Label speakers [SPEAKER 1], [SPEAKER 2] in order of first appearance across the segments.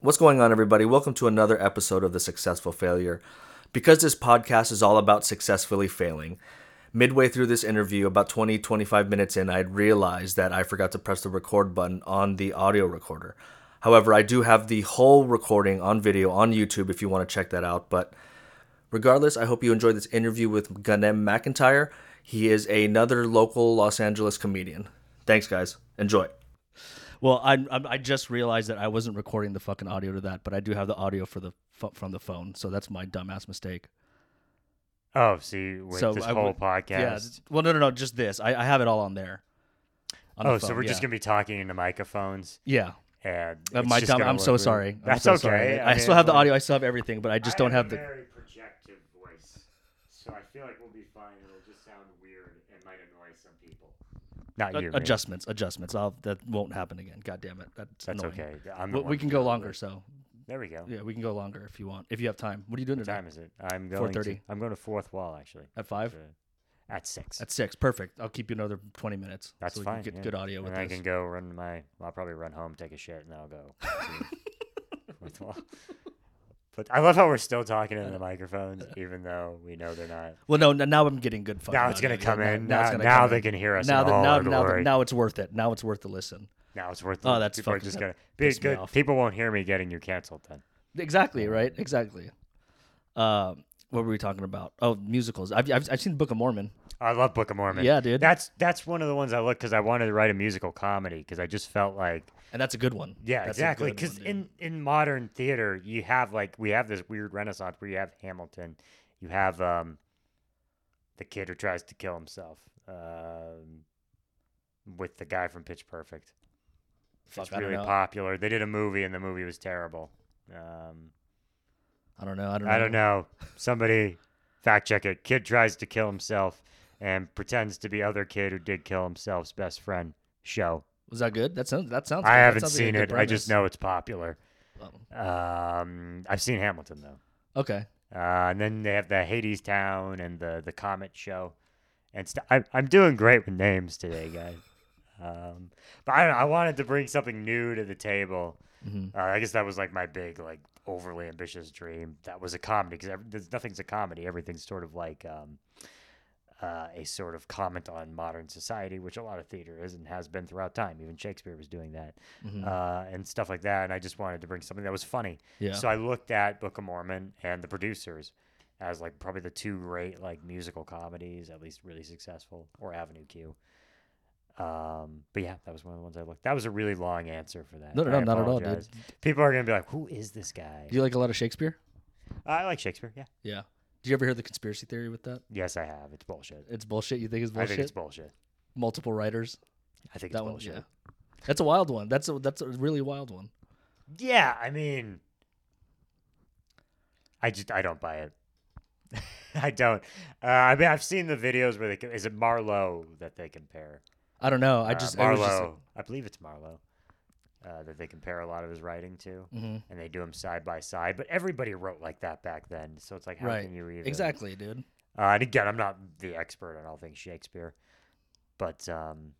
[SPEAKER 1] What's going on, everybody? Welcome to another episode of The Successful Failure. Because this podcast is all about successfully failing, midway through this interview, about 20, 25 minutes in, I had realized that I forgot to press the record button on the audio recorder. However, I do have the whole recording on video on YouTube if you want to check that out. But regardless, I hope you enjoyed this interview with Ganem McIntyre. He is another local Los Angeles comedian. Thanks, guys. Enjoy.
[SPEAKER 2] Well, I I'm- I just realized that I wasn't recording the fucking audio to that, but I do have the audio for the pho- from the phone, so that's my dumbass mistake.
[SPEAKER 3] Oh, see, with
[SPEAKER 2] so
[SPEAKER 3] this
[SPEAKER 2] I
[SPEAKER 3] whole
[SPEAKER 2] would- Yeah.
[SPEAKER 3] podcast.
[SPEAKER 2] Well, no, no, no, just this. I, I have it all on there. on the
[SPEAKER 3] oh, so
[SPEAKER 2] phone,
[SPEAKER 3] we're just
[SPEAKER 2] yeah.
[SPEAKER 3] gonna be talking into microphones,
[SPEAKER 2] Yeah,
[SPEAKER 3] and
[SPEAKER 2] Uh,
[SPEAKER 3] it's
[SPEAKER 2] my
[SPEAKER 3] just
[SPEAKER 2] dumb.
[SPEAKER 3] gonna
[SPEAKER 2] I'm
[SPEAKER 3] look
[SPEAKER 2] so
[SPEAKER 3] weird.
[SPEAKER 2] sorry. I'm
[SPEAKER 3] That's
[SPEAKER 2] so
[SPEAKER 3] okay.
[SPEAKER 2] sorry. I,
[SPEAKER 3] mean,
[SPEAKER 2] still have the
[SPEAKER 3] like,
[SPEAKER 2] audio. I still have everything, but I just don't have the.
[SPEAKER 3] very projective voice, so I feel like we'll be fine. It'll just sound weird and might annoy some people. Not
[SPEAKER 2] a-
[SPEAKER 3] you. me.
[SPEAKER 2] adjustments, adjustments. I'll, that won't happen again. God damn it. That's,
[SPEAKER 3] That's
[SPEAKER 2] annoying.
[SPEAKER 3] okay. I'm the
[SPEAKER 2] We,
[SPEAKER 3] one
[SPEAKER 2] we
[SPEAKER 3] who
[SPEAKER 2] can go
[SPEAKER 3] does it.
[SPEAKER 2] longer. So
[SPEAKER 3] There we go.
[SPEAKER 2] yeah, we can go longer if you want. If you have time. What are you doing
[SPEAKER 3] What
[SPEAKER 2] today?
[SPEAKER 3] time is it? I'm going.
[SPEAKER 2] 4:30.
[SPEAKER 3] To, I'm going to fourth wall actually.
[SPEAKER 2] At five.
[SPEAKER 3] to- At six.
[SPEAKER 2] At six. Perfect. I'll keep you another twenty minutes.
[SPEAKER 3] That's
[SPEAKER 2] so we
[SPEAKER 3] fine.
[SPEAKER 2] Can get
[SPEAKER 3] yeah.
[SPEAKER 2] good audio with
[SPEAKER 3] and I
[SPEAKER 2] this.
[SPEAKER 3] can go run my. I'll probably run home, take a shit, and I'll go. to fourth wall. But I love how we're still talking into the microphones, even though we know they're not.
[SPEAKER 2] Well, no, n- now I'm getting good fun.
[SPEAKER 3] Now it's gonna come in. Now, now, they can hear us.
[SPEAKER 2] Now
[SPEAKER 3] in
[SPEAKER 2] that
[SPEAKER 3] all
[SPEAKER 2] now
[SPEAKER 3] our
[SPEAKER 2] now, that-
[SPEAKER 3] glory.
[SPEAKER 2] now it's worth it. Now it's worth the listen.
[SPEAKER 3] Now it's worth.
[SPEAKER 2] Oh,
[SPEAKER 3] it.
[SPEAKER 2] that's
[SPEAKER 3] people are
[SPEAKER 2] fucking
[SPEAKER 3] just
[SPEAKER 2] gonna
[SPEAKER 3] gonna be
[SPEAKER 2] piss me
[SPEAKER 3] good.
[SPEAKER 2] off.
[SPEAKER 3] People won't hear me getting you canceled then.
[SPEAKER 2] Exactly right. Exactly. Um, what were we talking about? Oh, musicals. I've I've, I've seen Book of Mormon.
[SPEAKER 3] I love Book of Mormon.
[SPEAKER 2] Yeah, dude.
[SPEAKER 3] That's that's one of the ones I looked because I wanted to write a musical comedy because I just felt like
[SPEAKER 2] and that's a good one.
[SPEAKER 3] Yeah,
[SPEAKER 2] That's a good
[SPEAKER 3] exactly.
[SPEAKER 2] one,
[SPEAKER 3] Because
[SPEAKER 2] dude.
[SPEAKER 3] in in modern theater, you have like we have this weird renaissance where you have Hamilton, you have um, the kid who tries to kill himself, um, with the guy from Pitch Perfect.
[SPEAKER 2] Fuck,
[SPEAKER 3] it's
[SPEAKER 2] I don't
[SPEAKER 3] really
[SPEAKER 2] know.
[SPEAKER 3] popular. They did a movie and the movie was terrible. Um,
[SPEAKER 2] I don't know. I don't know.
[SPEAKER 3] I don't know. Somebody fact check it. Kid tries to kill himself and pretends to be other kid who did kill himself's best friend. Show.
[SPEAKER 2] Was that good? That sounds. That sounds. good.
[SPEAKER 3] I
[SPEAKER 2] That
[SPEAKER 3] haven't
[SPEAKER 2] sounds like a
[SPEAKER 3] seen
[SPEAKER 2] good
[SPEAKER 3] it. I
[SPEAKER 2] premise.
[SPEAKER 3] just know it's popular.
[SPEAKER 2] Oh,
[SPEAKER 3] Um, I've seen Hamilton though.
[SPEAKER 2] okay.
[SPEAKER 3] Uh, and then they have the Hades Town and the the Comet Show, and st- I, I'm doing great with names today, guys. um, but I don't know, I wanted to bring something new to the table.
[SPEAKER 2] Mhm.
[SPEAKER 3] Uh, I guess that was like my big like overly ambitious dream. That was a comedy because nothing's a comedy. Everything's sort of like um, uh, a sort of comment on modern society, which a lot of theater is and has been throughout time. Even Shakespeare was doing that
[SPEAKER 2] Mhm.
[SPEAKER 3] uh, and stuff like that. And I just wanted to bring something that was funny.
[SPEAKER 2] Yeah.
[SPEAKER 3] So I looked at Book of Mormon and the producers as like probably the two great like musical comedies, at least really successful, or Avenue Q. Um, but yeah, that was one of the ones I looked. That was a really long answer for that.
[SPEAKER 2] no, no,
[SPEAKER 3] I
[SPEAKER 2] no, not at all, dude.
[SPEAKER 3] apologize. People are gonna be like, "Who is this guy?"
[SPEAKER 2] Do you like a lot of Shakespeare?
[SPEAKER 3] I like Shakespeare. Yeah.
[SPEAKER 2] Yeah. Do you ever hear the conspiracy theory with that?
[SPEAKER 3] Yes, I have. It's bullshit.
[SPEAKER 2] It's bullshit. You think it's
[SPEAKER 3] I
[SPEAKER 2] bullshit?
[SPEAKER 3] think it's bullshit.
[SPEAKER 2] Multiple writers.
[SPEAKER 3] I think it's
[SPEAKER 2] That one.
[SPEAKER 3] bullshit.
[SPEAKER 2] Yeah. That's a wild one. That's a, that's a really wild one.
[SPEAKER 3] Yeah, I mean, I just I don't buy it. I don't. Uh, I mean, I've seen the videos where they co- is it Marlowe that they compare.
[SPEAKER 2] I don't know. I
[SPEAKER 3] Uh,
[SPEAKER 2] just
[SPEAKER 3] Marlowe.
[SPEAKER 2] I was
[SPEAKER 3] I believe it's Marlowe uh, that they compare a lot of his writing to,
[SPEAKER 2] just, Mhm.
[SPEAKER 3] and they do them side by side. But everybody wrote like that back then, so it's like how
[SPEAKER 2] Right.
[SPEAKER 3] can you even
[SPEAKER 2] Exactly, dude.
[SPEAKER 3] Uh, and again, I'm not the expert on all things Shakespeare, but um,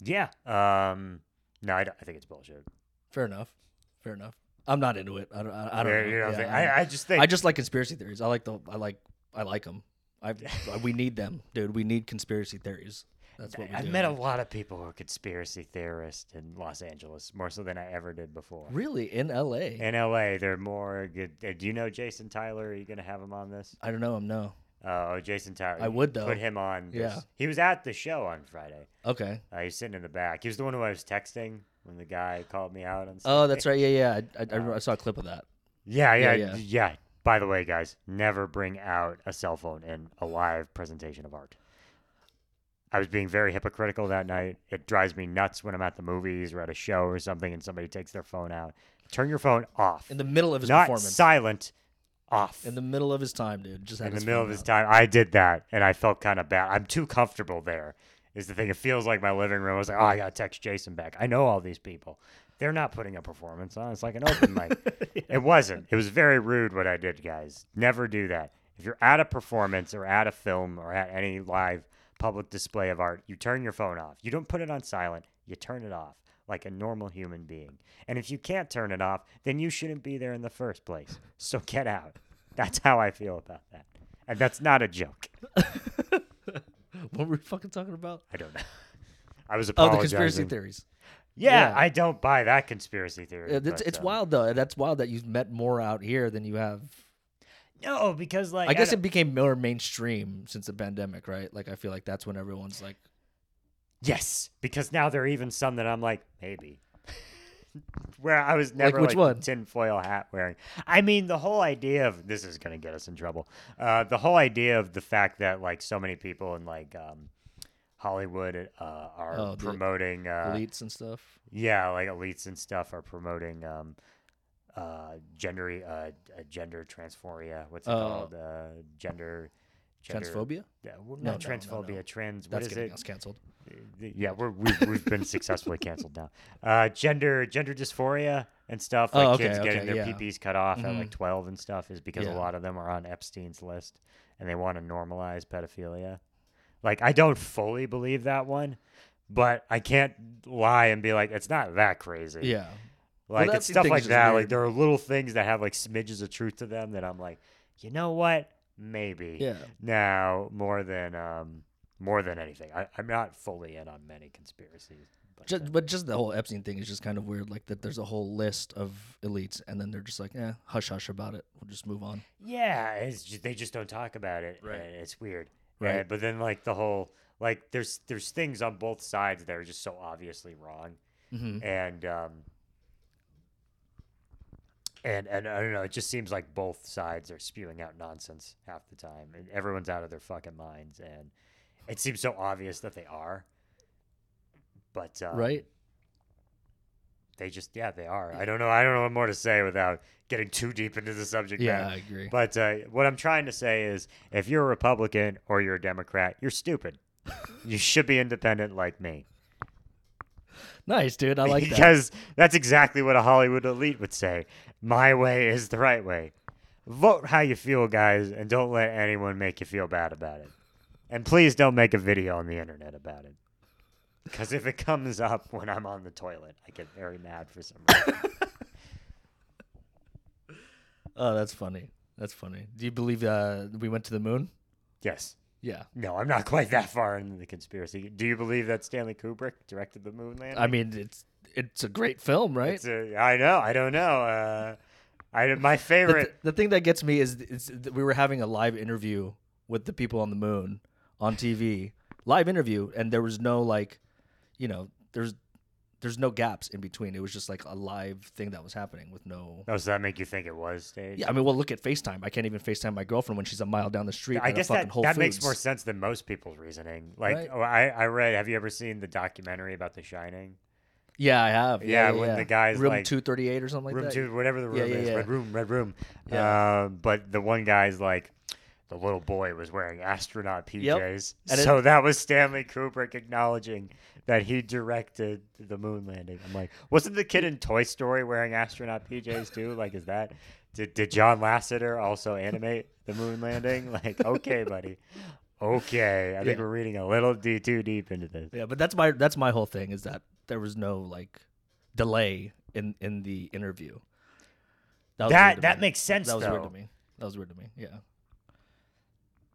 [SPEAKER 3] yeah, um, no, I, don't- I think it's bullshit.
[SPEAKER 2] Fair enough. Fair enough. I'm not into it. I don't. I, I don't.
[SPEAKER 3] Yeah,
[SPEAKER 2] know.
[SPEAKER 3] you know what I'm
[SPEAKER 2] Yeah,
[SPEAKER 3] saying?
[SPEAKER 2] I,
[SPEAKER 3] I, I just think
[SPEAKER 2] I just like conspiracy theories. I like the. I like. I like them. I, I- we need them, dude. We need conspiracy theories. That's what we
[SPEAKER 3] I've
[SPEAKER 2] do.
[SPEAKER 3] met a lot of people who are conspiracy theorists in Los Angeles, more so than I ever did before.
[SPEAKER 2] Really, in L.A.
[SPEAKER 3] In LA, they're more good. uh, Do you know Jason Tyler? Are you going to have him on this?
[SPEAKER 2] I don't know him. No.
[SPEAKER 3] Uh, oh, Jason Tyler.
[SPEAKER 2] I would, though.
[SPEAKER 3] Put him on.
[SPEAKER 2] Yeah.
[SPEAKER 3] this- He was at the show on Friday.
[SPEAKER 2] Okay.
[SPEAKER 3] Uh, he's sitting in the back. He was the one who I was texting when the guy called me out. On
[SPEAKER 2] Oh,
[SPEAKER 3] Sunday.
[SPEAKER 2] that's right. Yeah, yeah. I, I, I remember- I saw a clip of that.
[SPEAKER 3] Yeah,
[SPEAKER 2] Yeah,
[SPEAKER 3] yeah,
[SPEAKER 2] yeah.
[SPEAKER 3] yeah, By the way, guys, never bring out a cell phone in a live presentation of art. I was being very hypocritical that night. It drives me nuts when I'm at the movies or at a show or something and somebody takes their phone out. Turn your phone off.
[SPEAKER 2] In the middle of his
[SPEAKER 3] Not
[SPEAKER 2] performance.
[SPEAKER 3] silent, off.
[SPEAKER 2] in the middle of his time, dude. Just had
[SPEAKER 3] In the
[SPEAKER 2] his
[SPEAKER 3] middle
[SPEAKER 2] phone
[SPEAKER 3] of his
[SPEAKER 2] out.
[SPEAKER 3] time. I did that and I felt kind of bad. I'm too comfortable there, is the thing. It feels like my living room. I was like, oh, I got to text Jason back. I know all these people. They're not putting a performance on. It's like an open mic. It wasn't. It was very rude what I did, guys. Never do that. If you're at a performance or at a film or at any live public display of art, you turn your phone off. You don't put it on silent, you turn it off. like a normal human being. And if you can't turn it off, then you shouldn't be there in the first place. So get out. That's how I feel about that. And that's not a joke.
[SPEAKER 2] What were we fucking talking about?
[SPEAKER 3] I don't know. I was
[SPEAKER 2] Oh, the
[SPEAKER 3] apologizing.
[SPEAKER 2] conspiracy theories.
[SPEAKER 3] Yeah,
[SPEAKER 2] Yeah.
[SPEAKER 3] I don't buy that conspiracy theory.
[SPEAKER 2] It- It's,
[SPEAKER 3] but,
[SPEAKER 2] it's
[SPEAKER 3] uh,
[SPEAKER 2] wild though. That's wild that you've met more out here than you have.
[SPEAKER 3] No, because like
[SPEAKER 2] I guess
[SPEAKER 3] don't-
[SPEAKER 2] it became more mainstream since the pandemic, right? Like I feel like that's when everyone's like,
[SPEAKER 3] yes, because now there are even some that I'm like maybe. Where I was never
[SPEAKER 2] which
[SPEAKER 3] like,
[SPEAKER 2] one?
[SPEAKER 3] tinfoil hat wearing. I mean, the whole idea of this is going to get us in trouble. Uh, the whole idea of the fact that like so many people in like um, Hollywood uh, are
[SPEAKER 2] Oh, the
[SPEAKER 3] promoting uh,
[SPEAKER 2] elites and stuff.
[SPEAKER 3] yeah, like elites and stuff are promoting um, uh, gender uh, uh, gender transphoria. What's it
[SPEAKER 2] Oh.
[SPEAKER 3] called? Uh, gender, gender
[SPEAKER 2] Transphobia?
[SPEAKER 3] Yeah, well,
[SPEAKER 2] No,
[SPEAKER 3] not
[SPEAKER 2] no, no, no.
[SPEAKER 3] transphobia. Trans.
[SPEAKER 2] That's
[SPEAKER 3] what is
[SPEAKER 2] getting
[SPEAKER 3] it?
[SPEAKER 2] us canceled.
[SPEAKER 3] Uh, Yeah, we're, we've we've been successfully canceled now. Uh, gender gender dysphoria and stuff. Like
[SPEAKER 2] Oh, okay,
[SPEAKER 3] kids getting
[SPEAKER 2] okay,
[SPEAKER 3] their
[SPEAKER 2] yeah.
[SPEAKER 3] PPs cut off at
[SPEAKER 2] Mhm.
[SPEAKER 3] like twelve and stuff is because
[SPEAKER 2] Yeah.
[SPEAKER 3] a lot of them are on Epstein's list and they want to normalize pedophilia. Like I don't fully believe that one, but I can't lie and be like it's not that crazy.
[SPEAKER 2] Yeah.
[SPEAKER 3] Like
[SPEAKER 1] that's
[SPEAKER 3] it's
[SPEAKER 1] the
[SPEAKER 3] stuff
[SPEAKER 1] thing,
[SPEAKER 3] like
[SPEAKER 1] it's just
[SPEAKER 3] that.
[SPEAKER 1] weird.
[SPEAKER 3] Like there are little things that have like smidges of truth to them that I'm like, you know what? Maybe.
[SPEAKER 2] Yeah.
[SPEAKER 3] Now more than um more than anything, I, I'm not fully in on many conspiracies. But, uh,
[SPEAKER 2] Just, but just the whole Epstein thing is just kind of weird. Like that, there's a whole list of elites, and then they're just like, "Yeah, hush hush about it. We'll just move on."
[SPEAKER 3] yeah, it's ju- they just don't talk about it.
[SPEAKER 1] Right.
[SPEAKER 3] and it's weird.
[SPEAKER 2] Right.
[SPEAKER 3] Uh, but then like the whole like there's there's things on both sides that are just so obviously wrong.
[SPEAKER 2] Mm-hmm.
[SPEAKER 3] and um and and I don't know, it just seems like both sides are spewing out nonsense half the time and everyone's out of their fucking minds and it seems so obvious that they are. But um,
[SPEAKER 2] Right?
[SPEAKER 3] they just yeah, they are. I don't know I don't know what more to say without getting too deep into the subject
[SPEAKER 2] Yeah,
[SPEAKER 3] matter.
[SPEAKER 2] I agree.
[SPEAKER 3] But uh, what I'm trying to say is, if you're a Republican or you're a Democrat, you're stupid. you should be independent like me.
[SPEAKER 2] nice, dude. I like that.
[SPEAKER 3] because that's exactly what a Hollywood elite would say. My way is the right way. Vote how you feel, guys, and don't let anyone make you feel bad about it. And please don't make a video on the internet about it. Because if it comes up when I'm on the toilet, I get very mad for some reason.
[SPEAKER 2] Oh, that's funny. That's funny. Do you believe uh, we went to the moon?
[SPEAKER 3] yes.
[SPEAKER 2] Yeah.
[SPEAKER 3] No, I'm not quite that far into the conspiracy. Do you believe that Stanley Kubrick directed the moon landing?
[SPEAKER 2] I mean, it's it's a great film, right?
[SPEAKER 3] It's a- I know. I don't know. Uh, I, my
[SPEAKER 2] the,
[SPEAKER 3] favorite.
[SPEAKER 2] th- the thing that gets me is, is that we were having a live interview with the people on the moon on TV, live interview, and there was no like, you know, there's there's no gaps in between. It was just like a live thing that was happening with no.
[SPEAKER 3] Oh, so that make you think it was staged?
[SPEAKER 2] Yeah, I mean, well, look at FaceTime. I can't even FaceTime my girlfriend when she's a mile down the street.
[SPEAKER 3] I
[SPEAKER 2] at a
[SPEAKER 3] guess
[SPEAKER 2] uh, fucking
[SPEAKER 3] that,
[SPEAKER 2] Whole
[SPEAKER 3] that makes
[SPEAKER 2] Foods.
[SPEAKER 3] more sense than most people's reasoning. Like
[SPEAKER 2] Right.
[SPEAKER 3] oh, I, I read. Have you ever seen the documentary about The Shining?
[SPEAKER 2] Yeah, I have.
[SPEAKER 3] Yeah, when the guy's
[SPEAKER 2] room
[SPEAKER 3] like-
[SPEAKER 2] two thirty eight or something like
[SPEAKER 3] room
[SPEAKER 2] that.
[SPEAKER 3] two, whatever the room
[SPEAKER 2] Yeah, yeah,
[SPEAKER 3] is,
[SPEAKER 2] yeah.
[SPEAKER 3] red room, red room.
[SPEAKER 2] Yeah.
[SPEAKER 3] Uh, but the one guy's like, the little boy was wearing astronaut PJs,
[SPEAKER 2] And it-
[SPEAKER 3] so that was Stanley Kubrick acknowledging that he directed the moon landing. I'm like, wasn't the kid in Toy Story wearing astronaut PJs too? Like, is that? Did, did John Lasseter also animate the moon landing? Like, okay, buddy. Okay, I think
[SPEAKER 2] Yeah.
[SPEAKER 3] we're reading a little d- too deep into this.
[SPEAKER 2] Yeah, but that's my that's my whole thing is that there was no like delay in in the interview. was
[SPEAKER 3] That-
[SPEAKER 2] weird to
[SPEAKER 3] that
[SPEAKER 2] me.
[SPEAKER 3] makes sense,
[SPEAKER 2] That was weird
[SPEAKER 3] though.
[SPEAKER 2] to me. That was weird to me. Yeah,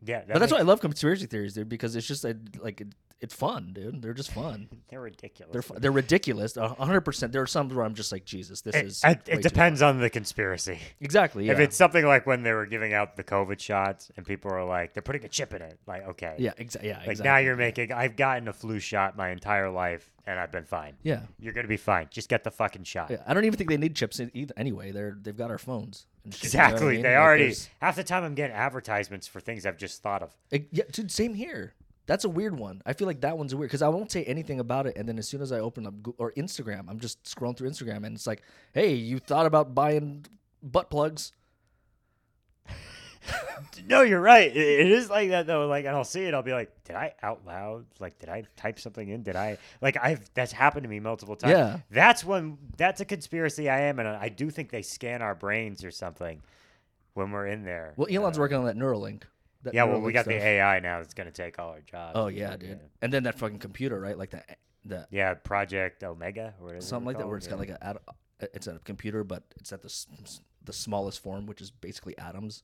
[SPEAKER 3] Yeah,
[SPEAKER 2] but that's why I love conspiracy theories, dude, because it's just like, like it, it's fun, dude. They're just fun.
[SPEAKER 3] they're ridiculous.
[SPEAKER 2] They're fu- they're ridiculous. A hundred percent. There are some where I'm just like Jesus. This
[SPEAKER 3] It-
[SPEAKER 2] is
[SPEAKER 3] it-
[SPEAKER 2] way
[SPEAKER 3] it
[SPEAKER 2] too
[SPEAKER 3] depends on the conspiracy.
[SPEAKER 2] far. Exactly. Yeah.
[SPEAKER 3] If it's something like when they were giving out the COVID shots and people are like, they're putting a chip in it. Like, okay.
[SPEAKER 2] yeah. Exa- yeah.
[SPEAKER 3] Like
[SPEAKER 2] exactly.
[SPEAKER 3] now you're making, I've gotten a flu shot my entire life and I've been fine.
[SPEAKER 2] Yeah.
[SPEAKER 3] You're going to be fine. Just get the fucking shot.
[SPEAKER 2] yeah. I don't even think they need chips in either. Anyway, they're they've got our phones. and shit, you know what I
[SPEAKER 3] Exactly.
[SPEAKER 2] mean?
[SPEAKER 3] They
[SPEAKER 2] Like,
[SPEAKER 3] already,
[SPEAKER 2] there's-
[SPEAKER 3] half the time I'm getting advertisements for things I've just thought of.
[SPEAKER 2] Like, yeah, dude, same here. That's a weird one. I feel like that one's weird because I won't say anything about it, and then as soon as I open up Goo- or Instagram, I'm just scrolling through Instagram, and it's like, "Hey, you thought about buying butt plugs?"
[SPEAKER 3] No, you're right. It, it is like that though. Like, and I'll see it. I'll be like, did I out loud? Like, did I type something in? Did I like? I've that's happened to me multiple times.
[SPEAKER 2] Yeah.
[SPEAKER 3] that's when that's a conspiracy I am, and I do think they scan our brains or something when we're in there.
[SPEAKER 2] Well, Elon's
[SPEAKER 3] Uh,
[SPEAKER 2] working on that Neuralink. That
[SPEAKER 3] Yeah, well,
[SPEAKER 2] Neuralink
[SPEAKER 3] we got the
[SPEAKER 2] stuff.
[SPEAKER 3] AI now that's gonna take all our jobs.
[SPEAKER 2] Oh yeah, dude. And then that fucking computer, right? Like that that
[SPEAKER 3] Yeah, Project Omega or whatever
[SPEAKER 2] something like that, where it's
[SPEAKER 3] it's
[SPEAKER 2] got like a ad- it's a computer, but it's at the s- s- the smallest form, which is basically atoms.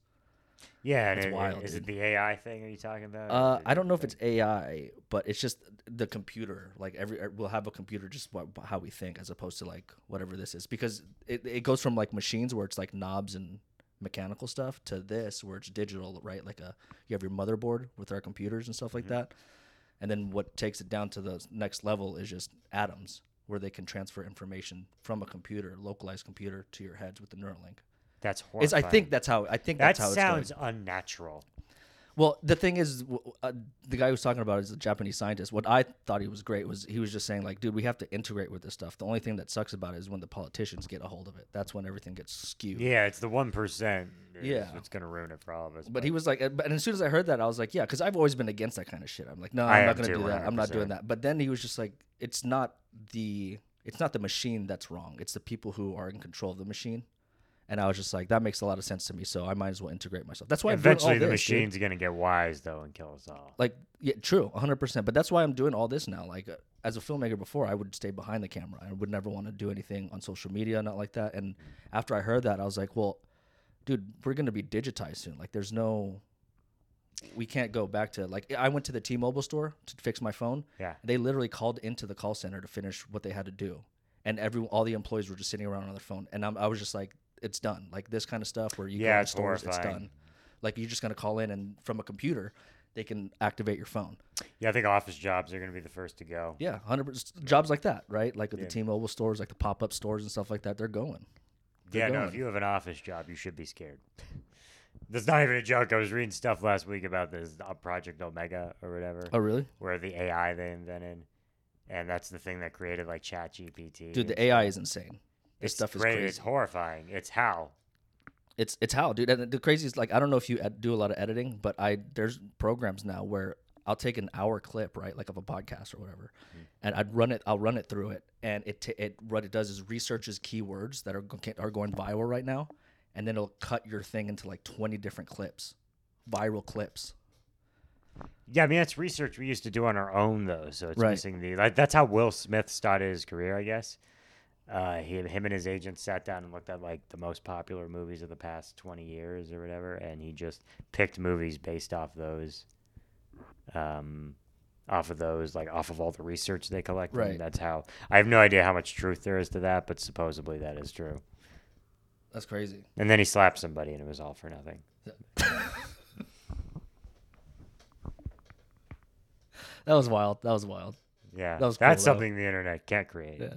[SPEAKER 3] yeah. And
[SPEAKER 2] it's
[SPEAKER 3] it-
[SPEAKER 2] wild,
[SPEAKER 3] Is
[SPEAKER 2] dude.
[SPEAKER 3] it the AI thing? Are you talking about?
[SPEAKER 2] Uh,
[SPEAKER 3] Is it
[SPEAKER 2] I don't know if
[SPEAKER 3] different
[SPEAKER 2] it's AI, but it's just the computer. Like every er, we'll have a computer just what, how we think, as opposed to like whatever this is, because it it goes from like machines where it's like knobs and mechanical stuff to this where it's digital, right? Like a you have your motherboard with our computers and stuff like that, and then what takes it down to the next level is just atoms where they can transfer information from a computer, localized computer, to your heads with the Neuralink.
[SPEAKER 3] thing? That's
[SPEAKER 2] It's,
[SPEAKER 3] horrifying.
[SPEAKER 2] I think that's how I think
[SPEAKER 3] that
[SPEAKER 2] that's how it's going.
[SPEAKER 3] sounds unnatural.
[SPEAKER 2] Well, the thing is, w- w- uh, the guy who was talking about it is a Japanese scientist. What I thought he was great was he was just saying like, dude, we have to integrate with this stuff. The only thing that sucks about it is when the politicians get a hold of it. That's when everything gets skewed.
[SPEAKER 3] Yeah, it's the one percent.
[SPEAKER 2] Yeah.
[SPEAKER 3] it's gonna ruin it for all of us.
[SPEAKER 2] But he was like, and as soon as I heard that, I was like, yeah, because I've always been against that kind of shit. I'm like, no,
[SPEAKER 3] I
[SPEAKER 2] I'm not
[SPEAKER 3] am
[SPEAKER 2] going to
[SPEAKER 3] too,
[SPEAKER 2] do that. I'm not doing
[SPEAKER 3] 100%.
[SPEAKER 2] that. But then he was just like, it's not the it's not the machine that's wrong. It's the people who are in control of the machine. And I was just like, that makes a lot of sense to me. So I might as well integrate myself. That's why I'm doing all
[SPEAKER 3] eventually the
[SPEAKER 2] this, dude.
[SPEAKER 3] machine's gonna get wise though and kill us all.
[SPEAKER 2] like yeah true 100% but that's why i'm doing all this now like uh, as a filmmaker before i would stay behind the camera i would never want to do anything on social media not like that and after i heard that i was like well dude we're going to be digitized soon like there's no we can't go back to like i went to the t-mobile store to fix my phone
[SPEAKER 3] Yeah.
[SPEAKER 2] they literally called into the call center to finish what they had to do and every all the employees were just sitting around on their phone and I'm, i was just like it's done like this kind of stuff where you
[SPEAKER 3] Yeah,
[SPEAKER 2] go to
[SPEAKER 3] it's
[SPEAKER 2] stores it's
[SPEAKER 3] horrifying.
[SPEAKER 2] done like you're just going to call in and from a computer they can activate your phone
[SPEAKER 3] Yeah, I think office jobs are gonna be the first to go.
[SPEAKER 2] yeah 100% jobs like that right like with
[SPEAKER 3] Yeah.
[SPEAKER 2] the t-mobile stores like the pop-up stores and stuff like that they're going
[SPEAKER 3] Yeah,
[SPEAKER 2] They're
[SPEAKER 3] no,
[SPEAKER 2] going.
[SPEAKER 3] if you have an office job, you should be scared. That's not even a joke. I was reading stuff last week about this uh, Project Omega or whatever,
[SPEAKER 2] oh really
[SPEAKER 3] where the AI they invented, and that's the thing that created like ChatGPT.
[SPEAKER 2] dude the ai is insane this
[SPEAKER 3] it's
[SPEAKER 2] stuff is
[SPEAKER 3] great. It's
[SPEAKER 2] crazy
[SPEAKER 3] horrifying. It's how.
[SPEAKER 2] it's it's how dude and the craziest like i don't know if you ed- do a lot of editing but i there's programs now where i'll take an hour clip right like of a podcast or whatever and i'd run it i'll run it through it and it t- it what it does is researches keywords that are go- ca- are going viral right now and then it'll cut your thing into like 20 different clips viral clips
[SPEAKER 3] Yeah, I mean that's research we used to do on our own though, so it's
[SPEAKER 2] Right.
[SPEAKER 3] missing the. Like, that's how Will Smith started his career, I guess. Uh, he, him and his agent sat down and looked at like the most popular movies of the past twenty years or whatever, and he just picked movies based off those, um, off of those, like off of all the research they collected. and
[SPEAKER 2] Right.
[SPEAKER 3] That's how. I have no idea how much truth there is to that, but supposedly that is true.
[SPEAKER 2] that's crazy
[SPEAKER 3] And then he slapped somebody, and it was all for nothing.
[SPEAKER 2] that was wild that was wild
[SPEAKER 3] Yeah,
[SPEAKER 2] That was cool,
[SPEAKER 3] that's
[SPEAKER 2] though.
[SPEAKER 3] something the internet can't create.
[SPEAKER 2] yeah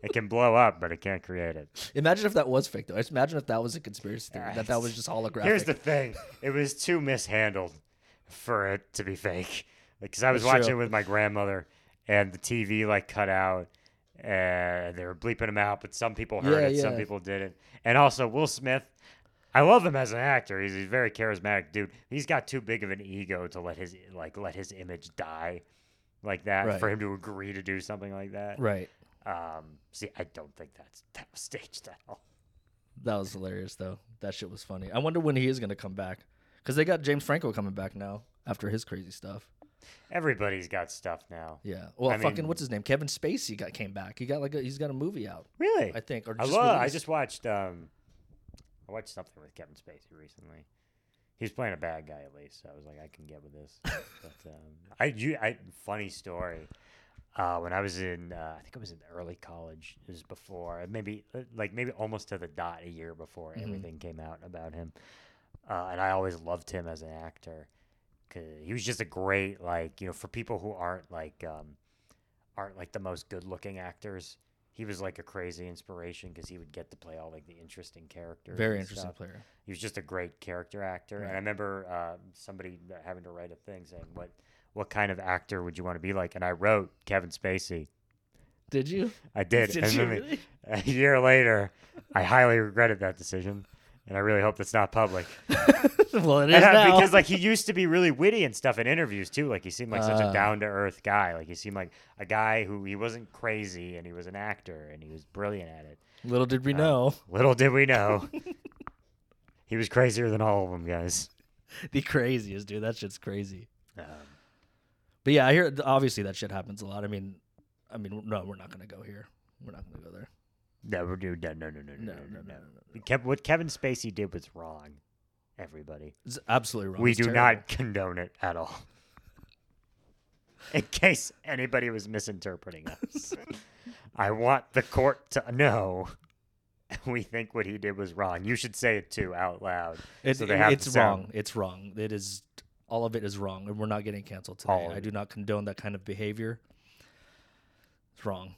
[SPEAKER 3] It can blow up, but it can't create it.
[SPEAKER 2] imagine if that was fake though Just imagine if that was a conspiracy theory that that was just holographic
[SPEAKER 3] Here's the thing: it was too mishandled for it to be fake. Because I was
[SPEAKER 2] That's true.
[SPEAKER 3] watching it with my grandmother, and the TV like cut out, and they were bleeping him out. But some people heard
[SPEAKER 2] Yeah,
[SPEAKER 3] it, some
[SPEAKER 2] yeah.
[SPEAKER 3] people didn't. And also Will Smith, I love him as an actor. He's a very charismatic dude. He's got too big of an ego to let his like let his image die like that
[SPEAKER 2] Right.
[SPEAKER 3] for him to agree to do something like that.
[SPEAKER 2] right
[SPEAKER 3] Um, see, I don't think that's that was staged at all.
[SPEAKER 2] That was hilarious, though. That shit was funny. I wonder when he is gonna come back, cause they got James Franco coming back now after his crazy stuff.
[SPEAKER 3] Everybody's got stuff now.
[SPEAKER 2] Yeah. Well,
[SPEAKER 3] I
[SPEAKER 2] fucking
[SPEAKER 3] mean-
[SPEAKER 2] what's his name? Kevin Spacey got came back. He got like a, he's got a movie out,
[SPEAKER 3] Really?
[SPEAKER 2] I think. Or
[SPEAKER 3] I
[SPEAKER 2] just
[SPEAKER 3] love. I
[SPEAKER 2] released.
[SPEAKER 3] just watched. Um, I watched something with Kevin Spacey recently. He was playing a bad guy at least, so I was like, I can get with this. but um, I, you, I, funny story. Uh, when I was in, uh, I think I was in early college. It was before, maybe uh, like maybe almost to the dot a year before
[SPEAKER 2] Mm-hmm.
[SPEAKER 3] everything came out about him. Uh, and I always loved him as an actor. 'cause uh, he was just a great, like you know, for people who aren't like um, aren't like the most good-looking actors. He was like a crazy inspiration because he would get to play all like the interesting characters.
[SPEAKER 2] very
[SPEAKER 3] and
[SPEAKER 2] interesting
[SPEAKER 3] stuff
[SPEAKER 2] player.
[SPEAKER 3] he was just a great character actor. And I
[SPEAKER 2] Right.
[SPEAKER 3] remember uh, somebody that- having to write a thing saying, "What what kind of actor would you want to be like?" And I wrote Kevin Spacey.
[SPEAKER 2] Did you?
[SPEAKER 3] I did.
[SPEAKER 2] Did
[SPEAKER 3] and
[SPEAKER 2] you
[SPEAKER 3] then
[SPEAKER 2] really?
[SPEAKER 3] A year later, I highly regretted that decision, and I really hope that's not public.
[SPEAKER 2] well, it is
[SPEAKER 3] And I-
[SPEAKER 2] now.
[SPEAKER 3] because like he used to be really witty and stuff in interviews too. Like he seemed like such a
[SPEAKER 2] Ah.
[SPEAKER 3] down to earth guy. Like he seemed like a guy who he wasn't crazy and he was an actor and he was brilliant at it.
[SPEAKER 2] Little did we know
[SPEAKER 3] Little did we know. He was crazier than all of them, guys.
[SPEAKER 2] the craziest dude. That shit's crazy.
[SPEAKER 3] Um,
[SPEAKER 2] But yeah, I hear obviously that shit happens a lot. I mean, I mean, no, we're not gonna go here. We're not gonna go there.
[SPEAKER 3] No, we're doing no, no, no, no,
[SPEAKER 2] No,
[SPEAKER 3] no,
[SPEAKER 2] no, no, no, no.
[SPEAKER 3] We kept- what Kevin Spacey did was wrong. Everybody,
[SPEAKER 2] It's absolutely wrong.
[SPEAKER 3] we
[SPEAKER 2] It's
[SPEAKER 3] do
[SPEAKER 2] terrible.
[SPEAKER 3] not condone it at all. In case anybody was misinterpreting us, I want the court to know we think what he did was wrong. You should say it too out loud.
[SPEAKER 2] It,
[SPEAKER 3] so they
[SPEAKER 2] it-
[SPEAKER 3] have to
[SPEAKER 2] it's
[SPEAKER 3] sound-
[SPEAKER 2] wrong. It's wrong. It is all of it is wrong, and we're not getting canceled
[SPEAKER 3] All
[SPEAKER 2] today.
[SPEAKER 3] of
[SPEAKER 2] I
[SPEAKER 3] it.
[SPEAKER 2] do not condone that kind of behavior. It's wrong.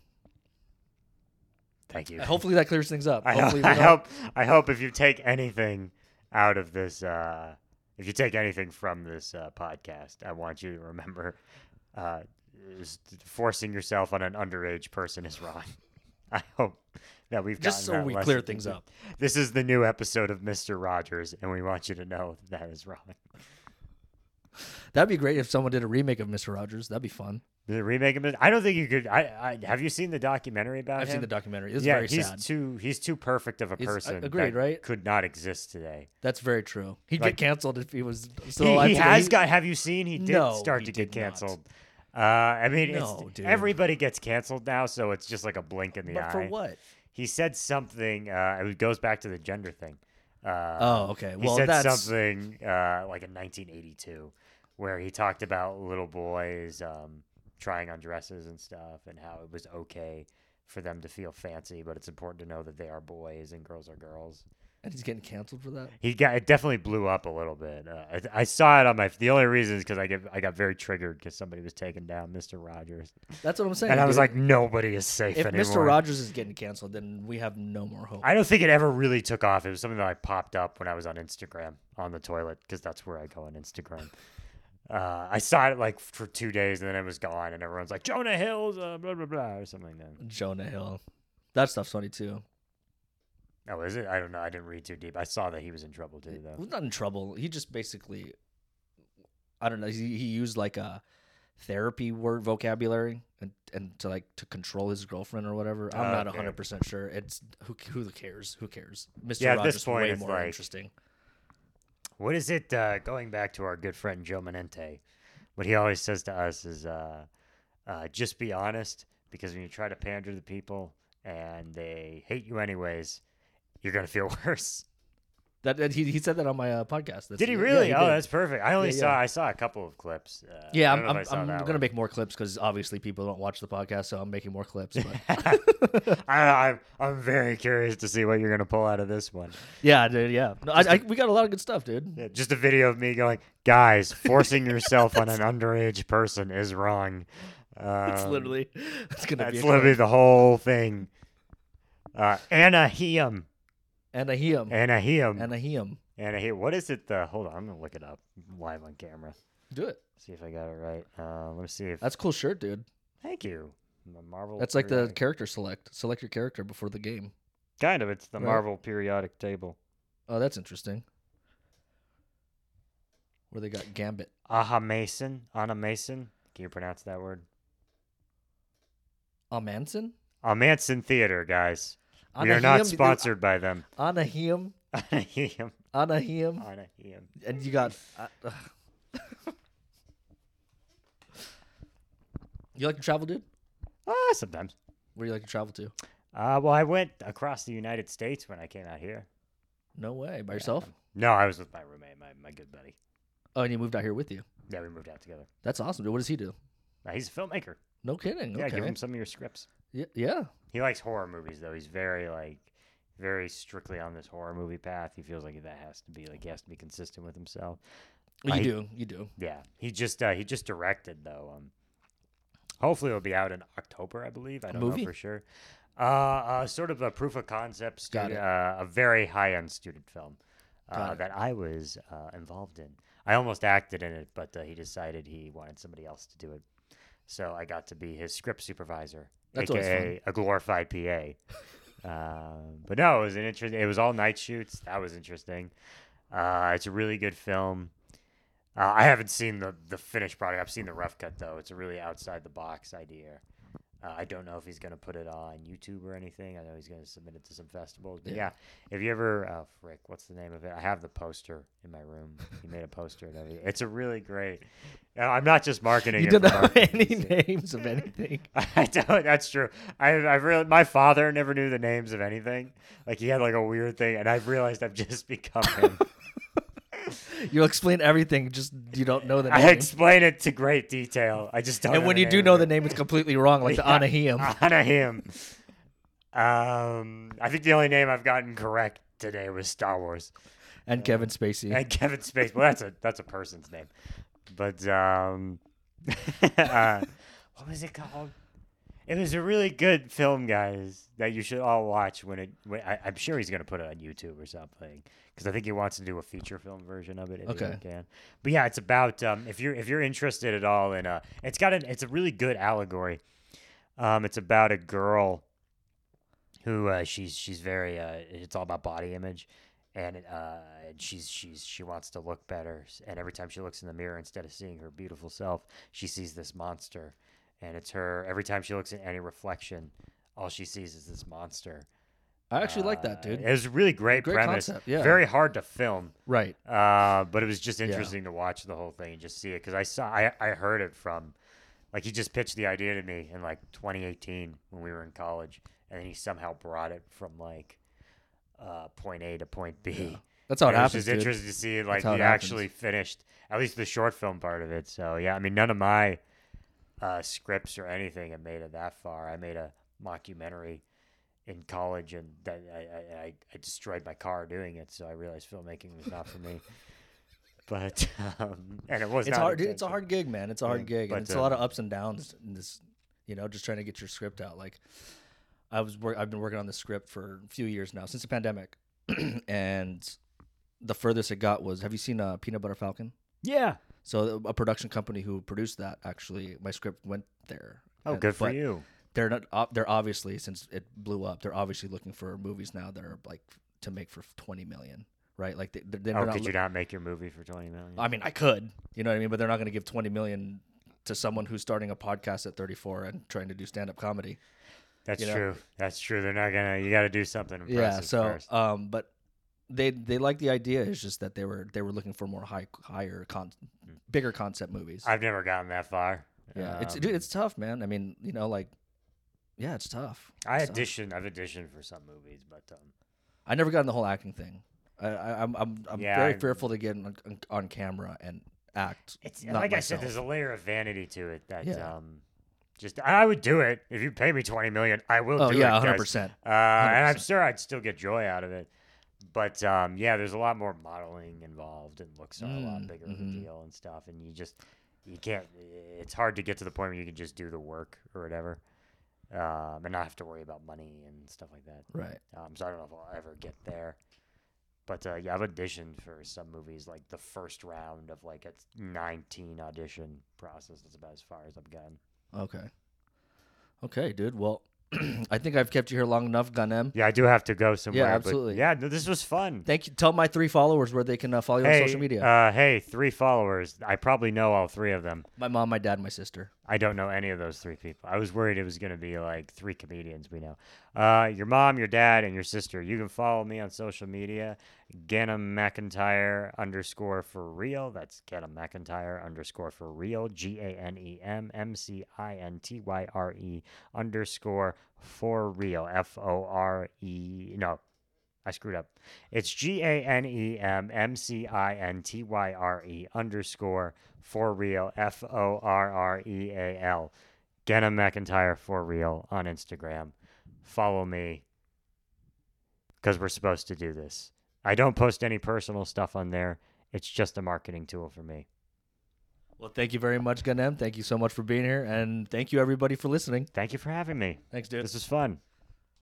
[SPEAKER 3] Thank you.
[SPEAKER 2] Hopefully that clears things up.
[SPEAKER 3] I, hope,
[SPEAKER 2] Hopefully we
[SPEAKER 3] I
[SPEAKER 2] don't-
[SPEAKER 3] hope I hope if you take anything out of this, uh, if you take anything from this uh, podcast, I want you to remember uh, is forcing yourself on an underage person is wrong. I hope that we've
[SPEAKER 2] just
[SPEAKER 3] gotten
[SPEAKER 2] so
[SPEAKER 3] that
[SPEAKER 2] we
[SPEAKER 3] lesson.
[SPEAKER 2] clear things up.
[SPEAKER 3] This is the new episode of Mister Rogers, and we want you to know that is wrong.
[SPEAKER 2] That'd be great if someone did a remake of Mister Rogers. That'd be fun.
[SPEAKER 3] The remake of it, I don't think you could. I, I have you seen the documentary about
[SPEAKER 2] I've
[SPEAKER 3] him?
[SPEAKER 2] seen the documentary. It's
[SPEAKER 3] yeah,
[SPEAKER 2] very
[SPEAKER 3] he's
[SPEAKER 2] sad.
[SPEAKER 3] too he's too perfect of a
[SPEAKER 2] He's- I-
[SPEAKER 3] person.
[SPEAKER 2] agreed,
[SPEAKER 3] that
[SPEAKER 2] right?
[SPEAKER 3] Could not exist today.
[SPEAKER 2] That's very true. He'd
[SPEAKER 3] Like-
[SPEAKER 2] get canceled if he was still
[SPEAKER 3] he,
[SPEAKER 2] alive.
[SPEAKER 3] he
[SPEAKER 2] today.
[SPEAKER 3] has got. Have you seen? He did
[SPEAKER 2] No,
[SPEAKER 3] start
[SPEAKER 2] he
[SPEAKER 3] to get
[SPEAKER 2] did not.
[SPEAKER 3] canceled. Uh, I mean,
[SPEAKER 2] No,
[SPEAKER 3] it's,
[SPEAKER 2] dude.
[SPEAKER 3] everybody gets canceled now, so it's just like a blink in the
[SPEAKER 2] But
[SPEAKER 3] eye.
[SPEAKER 2] for what?
[SPEAKER 3] He said something. Uh, it goes back to the gender thing. Uh,
[SPEAKER 2] Oh, okay.
[SPEAKER 3] he
[SPEAKER 2] Well,
[SPEAKER 3] said
[SPEAKER 2] that's
[SPEAKER 3] something uh, like in 1982, where he talked about little boys um, trying on dresses and stuff, and how it was okay for them to feel fancy, but it's important to know that they are boys and girls are girls
[SPEAKER 2] and he's getting canceled for that.
[SPEAKER 3] he got it definitely blew up a little bit. Uh, I, I saw it on my. The only reason is because I get I got very triggered because somebody was taking down Mister Rogers,
[SPEAKER 2] That's what I'm saying.
[SPEAKER 3] and I was
[SPEAKER 2] dude.
[SPEAKER 3] like, nobody is safe
[SPEAKER 2] if
[SPEAKER 3] anymore.
[SPEAKER 2] Mister Rogers is getting canceled, then we have no more hope.
[SPEAKER 3] I don't think it ever really took off. It was something that I popped up when I was on Instagram on the toilet because that's where I go on Instagram. Uh, I saw it like for two days and then it was gone, and everyone's like, Jonah Hill's uh, blah blah blah or something like that.
[SPEAKER 2] Jonah Hill. That stuff's funny too.
[SPEAKER 3] Oh, is it? I don't know. I didn't read too deep. I saw that he was in trouble too, though.
[SPEAKER 2] We're not in trouble. He just basically, I don't know. He, he used like a therapy word vocabulary and, and to like to control his girlfriend or whatever. I'm not
[SPEAKER 3] Okay.
[SPEAKER 2] 100 percent sure. It's who who cares? Who cares? Mr.
[SPEAKER 3] Yeah, at this
[SPEAKER 2] Rogers is
[SPEAKER 3] point,
[SPEAKER 2] way
[SPEAKER 3] it's
[SPEAKER 2] more
[SPEAKER 3] like-
[SPEAKER 2] interesting.
[SPEAKER 3] What is it? Uh, going back to our good friend Joe Manente, what he always says to us is, uh, uh, "Just be honest, because when you try to pander to people and they hate you anyways, you're gonna feel worse."
[SPEAKER 2] That, that he, he said that on my uh, podcast. That's-
[SPEAKER 3] Did he
[SPEAKER 2] yeah,
[SPEAKER 3] really? oh,
[SPEAKER 2] did.
[SPEAKER 3] that's perfect. I only
[SPEAKER 2] Yeah,
[SPEAKER 3] saw
[SPEAKER 2] yeah.
[SPEAKER 3] I saw a couple of clips. Uh,
[SPEAKER 2] Yeah,
[SPEAKER 3] I
[SPEAKER 2] I'm,
[SPEAKER 3] don't know
[SPEAKER 2] I'm,
[SPEAKER 3] if I saw
[SPEAKER 2] I'm
[SPEAKER 3] that
[SPEAKER 2] gonna make more clips because obviously people don't watch the podcast, so I'm making more clips. But
[SPEAKER 3] one. I don't know, I'm I'm very curious to see what you're gonna pull out of this one.
[SPEAKER 2] yeah, dude, yeah, no, I, I, we got a lot of good stuff, dude.
[SPEAKER 3] Yeah, Just a video of me going, guys, forcing yourself on an underage person is wrong. Um,
[SPEAKER 2] It's literally, it's gonna be
[SPEAKER 3] That's
[SPEAKER 2] a
[SPEAKER 3] literally
[SPEAKER 2] clip.
[SPEAKER 3] the whole thing. Uh, Anaheim.
[SPEAKER 2] Anaheim,
[SPEAKER 3] Anaheim.
[SPEAKER 2] Anaheim,
[SPEAKER 3] Anaheim. What is it? The hold on, I'm gonna look it up live on camera.
[SPEAKER 2] do it.
[SPEAKER 3] See if I got it right. Uh, let me see if.
[SPEAKER 2] That's a cool shirt, dude.
[SPEAKER 3] thank you. The Marvel.
[SPEAKER 2] That's like the
[SPEAKER 3] periodic-
[SPEAKER 2] character select. Select your character before the game.
[SPEAKER 3] kind of. It's the
[SPEAKER 2] right?
[SPEAKER 3] Marvel periodic table.
[SPEAKER 2] Oh, that's interesting. Where they got Gambit.
[SPEAKER 3] Aha Mason. Anna Mason. Can you pronounce that word?
[SPEAKER 2] Amanson?
[SPEAKER 3] Amanson Theater, guys. we are not sponsored by them.
[SPEAKER 2] Anaheim.
[SPEAKER 3] Anaheim.
[SPEAKER 2] Anaheim.
[SPEAKER 3] Anaheim.
[SPEAKER 2] And you got. Uh, ugh. you like to travel, dude?
[SPEAKER 3] Ah, sometimes.
[SPEAKER 2] Where do you like to travel to?
[SPEAKER 3] Uh, well, I went across the United States when I came out here.
[SPEAKER 2] No way. By yourself?
[SPEAKER 3] No, I was with my roommate, my, my good buddy.
[SPEAKER 2] Oh, and you moved out here with you.
[SPEAKER 3] Yeah, we moved out together.
[SPEAKER 2] That's awesome, dude. What does he do?
[SPEAKER 3] Uh, he's a filmmaker.
[SPEAKER 2] No kidding.
[SPEAKER 3] Yeah,
[SPEAKER 2] okay.
[SPEAKER 3] give him some of your scripts.
[SPEAKER 2] Y- yeah.
[SPEAKER 3] He likes horror movies though. He's very like very strictly on this horror movie path. He feels like that has to be like he has to be consistent with himself.
[SPEAKER 2] You
[SPEAKER 3] I-
[SPEAKER 2] do. You do.
[SPEAKER 3] Yeah. He just uh he just directed though. Um hopefully it'll be out in October, I believe. I don't
[SPEAKER 2] movie?
[SPEAKER 3] know for sure. Uh, uh sort of a proof of concept
[SPEAKER 2] Got
[SPEAKER 3] student
[SPEAKER 2] it.
[SPEAKER 3] uh, a very high end student film
[SPEAKER 2] Got
[SPEAKER 3] uh,
[SPEAKER 2] it.
[SPEAKER 3] that I was uh, involved in. I almost acted in it, but uh, he decided he wanted somebody else to do it. So I got to be his script supervisor,
[SPEAKER 2] That's always
[SPEAKER 3] aka a glorified PA. um, but no, it was an interesting. It was all night shoots. That was interesting. Uh, it's a really good film. Uh, I haven't seen the the finished product. I've seen the rough cut though. It's a really outside the box idea. Uh, I don't know if he's going to put it on YouTube or anything. I know he's going to submit it to some festivals. But yeah,
[SPEAKER 2] Yeah.
[SPEAKER 3] if you ever, oh, frick, what's the name of it? I have the poster in my room. He made a poster and everything. It's a really great. Uh, I'm not just marketing.
[SPEAKER 2] You
[SPEAKER 3] it
[SPEAKER 2] didn't
[SPEAKER 3] for
[SPEAKER 2] have
[SPEAKER 3] marketing's
[SPEAKER 2] any
[SPEAKER 3] sake.
[SPEAKER 2] names of anything.
[SPEAKER 3] I don't. That's true. I I really my father never knew the names of anything. Like he had like a weird thing, and I've realized I've just become him.
[SPEAKER 2] You'll explain everything, just you don't know the name.
[SPEAKER 3] I explain it to great detail. I just don't.
[SPEAKER 2] and
[SPEAKER 3] know
[SPEAKER 2] when
[SPEAKER 3] the
[SPEAKER 2] you
[SPEAKER 3] name
[SPEAKER 2] do
[SPEAKER 3] of
[SPEAKER 2] know
[SPEAKER 3] it.
[SPEAKER 2] the name, it's completely wrong, like
[SPEAKER 3] Yeah, Ah.
[SPEAKER 2] the Anaheim.
[SPEAKER 3] Anaheim. Um, I think the only name I've gotten correct today was Star Wars
[SPEAKER 2] and Kevin Spacey.
[SPEAKER 3] and Kevin Spacey. Well, that's a that's a person's name, but um, uh, what was it called? It was a really good film, guys, that you should all watch when it. When, I, I'm sure he's gonna put it on YouTube or something because I think he wants to do a feature film version of it. If He
[SPEAKER 2] Okay.
[SPEAKER 3] can. But yeah, it's about um, if you're if you're interested at all in uh, it's got an it's a really good allegory. Um, it's about a girl who uh, she's she's very uh, it's all about body image and uh, and she's she's she wants to look better and every time she looks in the mirror instead of seeing her beautiful self she sees this monster and it's her every time she looks in any reflection all she sees is this monster
[SPEAKER 2] I actually like that,
[SPEAKER 3] Uh,
[SPEAKER 2] dude.
[SPEAKER 3] it was a really great,
[SPEAKER 2] Great
[SPEAKER 3] premise
[SPEAKER 2] concept, yeah.
[SPEAKER 3] very hard to film
[SPEAKER 2] right.
[SPEAKER 3] uh, but it was just interesting to watch the whole thing and just see it because I saw I, I heard it from like he just pitched the idea to me in like 2018 when we were in college and then he somehow brought it from like uh, point A to point B.
[SPEAKER 2] That's how it
[SPEAKER 3] And I
[SPEAKER 2] happens.
[SPEAKER 3] was just
[SPEAKER 2] Dude.
[SPEAKER 3] interested to see like
[SPEAKER 2] how
[SPEAKER 3] he
[SPEAKER 2] it happens.
[SPEAKER 3] actually finished at least the short film part of it. So yeah, I mean none of my uh, scripts or anything have made it that far. I made a mockumentary in college and that I, I, I, I destroyed my car doing it. So I realized filmmaking was not for me. But um, and it was
[SPEAKER 2] It's
[SPEAKER 3] not
[SPEAKER 2] hard. dude, It's a
[SPEAKER 3] intentional.
[SPEAKER 2] hard gig, man. It's a hard
[SPEAKER 3] Yeah,
[SPEAKER 2] gig,
[SPEAKER 3] but,
[SPEAKER 2] and it's a lot
[SPEAKER 3] uh,
[SPEAKER 2] of ups and downs. In this, you know, just trying to get your script out. Like, I was, wor- I've been working on this script for a few years now, since the pandemic, and the furthest it got was, have you seen uh, Peanut Butter Falcon?
[SPEAKER 3] Yeah.
[SPEAKER 2] So a production company who produced that actually, my script went there.
[SPEAKER 3] Oh,
[SPEAKER 2] And-
[SPEAKER 3] good for
[SPEAKER 2] but
[SPEAKER 3] you.
[SPEAKER 2] They're not. ob- They're obviously since it blew up. They're obviously looking for movies now that are like to make for twenty million, right? Like they, they're, they're
[SPEAKER 3] Oh,
[SPEAKER 2] not
[SPEAKER 3] could
[SPEAKER 2] loo-
[SPEAKER 3] you not make your movie for twenty million?
[SPEAKER 2] I mean, I could, you know what I mean? But they're not going to give 20 million to someone who's starting a podcast at 34 and trying to do stand up comedy.
[SPEAKER 3] That's
[SPEAKER 2] you know.
[SPEAKER 3] true. That's true. They're not gonna. You got to do something impressive
[SPEAKER 2] yeah. So,
[SPEAKER 3] first.
[SPEAKER 2] um, but they, they like the idea. It's just that they were, they were looking for more high, higher con, bigger concept movies.
[SPEAKER 3] I've never gotten that far.
[SPEAKER 2] yeah. it's,
[SPEAKER 3] Um,
[SPEAKER 2] dude, it's tough, man. I mean, you know, like, yeah, it's tough.
[SPEAKER 3] I
[SPEAKER 2] It's tough.
[SPEAKER 3] auditioned. I've auditioned for some movies, but um,
[SPEAKER 2] I never got in the whole acting thing. I, I I'm, I'm, I'm
[SPEAKER 3] Yeah,
[SPEAKER 2] very
[SPEAKER 3] I-
[SPEAKER 2] fearful to get on, on camera and act.
[SPEAKER 3] it's
[SPEAKER 2] not
[SPEAKER 3] like I
[SPEAKER 2] myself.
[SPEAKER 3] said, there's a layer of vanity to it that
[SPEAKER 2] Yeah.
[SPEAKER 3] um, just I would do it if you pay me twenty million. I will.
[SPEAKER 2] Oh
[SPEAKER 3] do
[SPEAKER 2] yeah,
[SPEAKER 3] it,
[SPEAKER 2] hundred
[SPEAKER 3] guys.
[SPEAKER 2] percent.
[SPEAKER 3] Uh, and I'm
[SPEAKER 2] 100%.
[SPEAKER 3] sure I'd still get joy out of it. But um, yeah, there's a lot more modeling involved, and looks are a lot
[SPEAKER 2] Mm,
[SPEAKER 3] bigger of a
[SPEAKER 2] mhm.
[SPEAKER 3] deal and stuff. And you just you can't. It's hard to get to the point where you can just do the work or whatever, um, and not have to worry about money and stuff like that.
[SPEAKER 2] Right.
[SPEAKER 3] Um, so I don't know if I'll ever get there. But uh, yeah, I've auditioned for some movies like the first round of like a 19 audition process. That's about as far as I've gotten.
[SPEAKER 2] Okay. Okay, dude. Well, I think I've kept you here long enough, Ganem.
[SPEAKER 3] Yeah, I do have to go somewhere. but
[SPEAKER 2] absolutely.
[SPEAKER 3] yeah, no, this was fun.
[SPEAKER 2] Thank you. Tell my three followers where they can uh, follow you
[SPEAKER 3] hey,
[SPEAKER 2] on social media.
[SPEAKER 3] Uh, hey, three followers. I probably know all three of them.
[SPEAKER 2] my mom, my dad, my sister.
[SPEAKER 3] I don't know any of those three people. I was worried it was going to be like three comedians we know. Uh, your mom, your dad, and your sister. You can follow me on social media, Ganem McIntyre underscore for real. That's Ganem McIntyre underscore for real. G A N E M M C I N T Y R E underscore for real. F O R E. No, I screwed up. It's G A N E M M C I N T Y R E underscore for real F O R R E A L. Gannon McIntyre for real on Instagram. Follow me because we're supposed to do this. I don't post any personal stuff on there. It's just a marketing tool for me.
[SPEAKER 2] Well, thank you very much, Ganem. Thank you so much for being here. And thank you, everybody, for listening.
[SPEAKER 3] Thank you for having me.
[SPEAKER 2] Thanks, dude.
[SPEAKER 3] This was fun.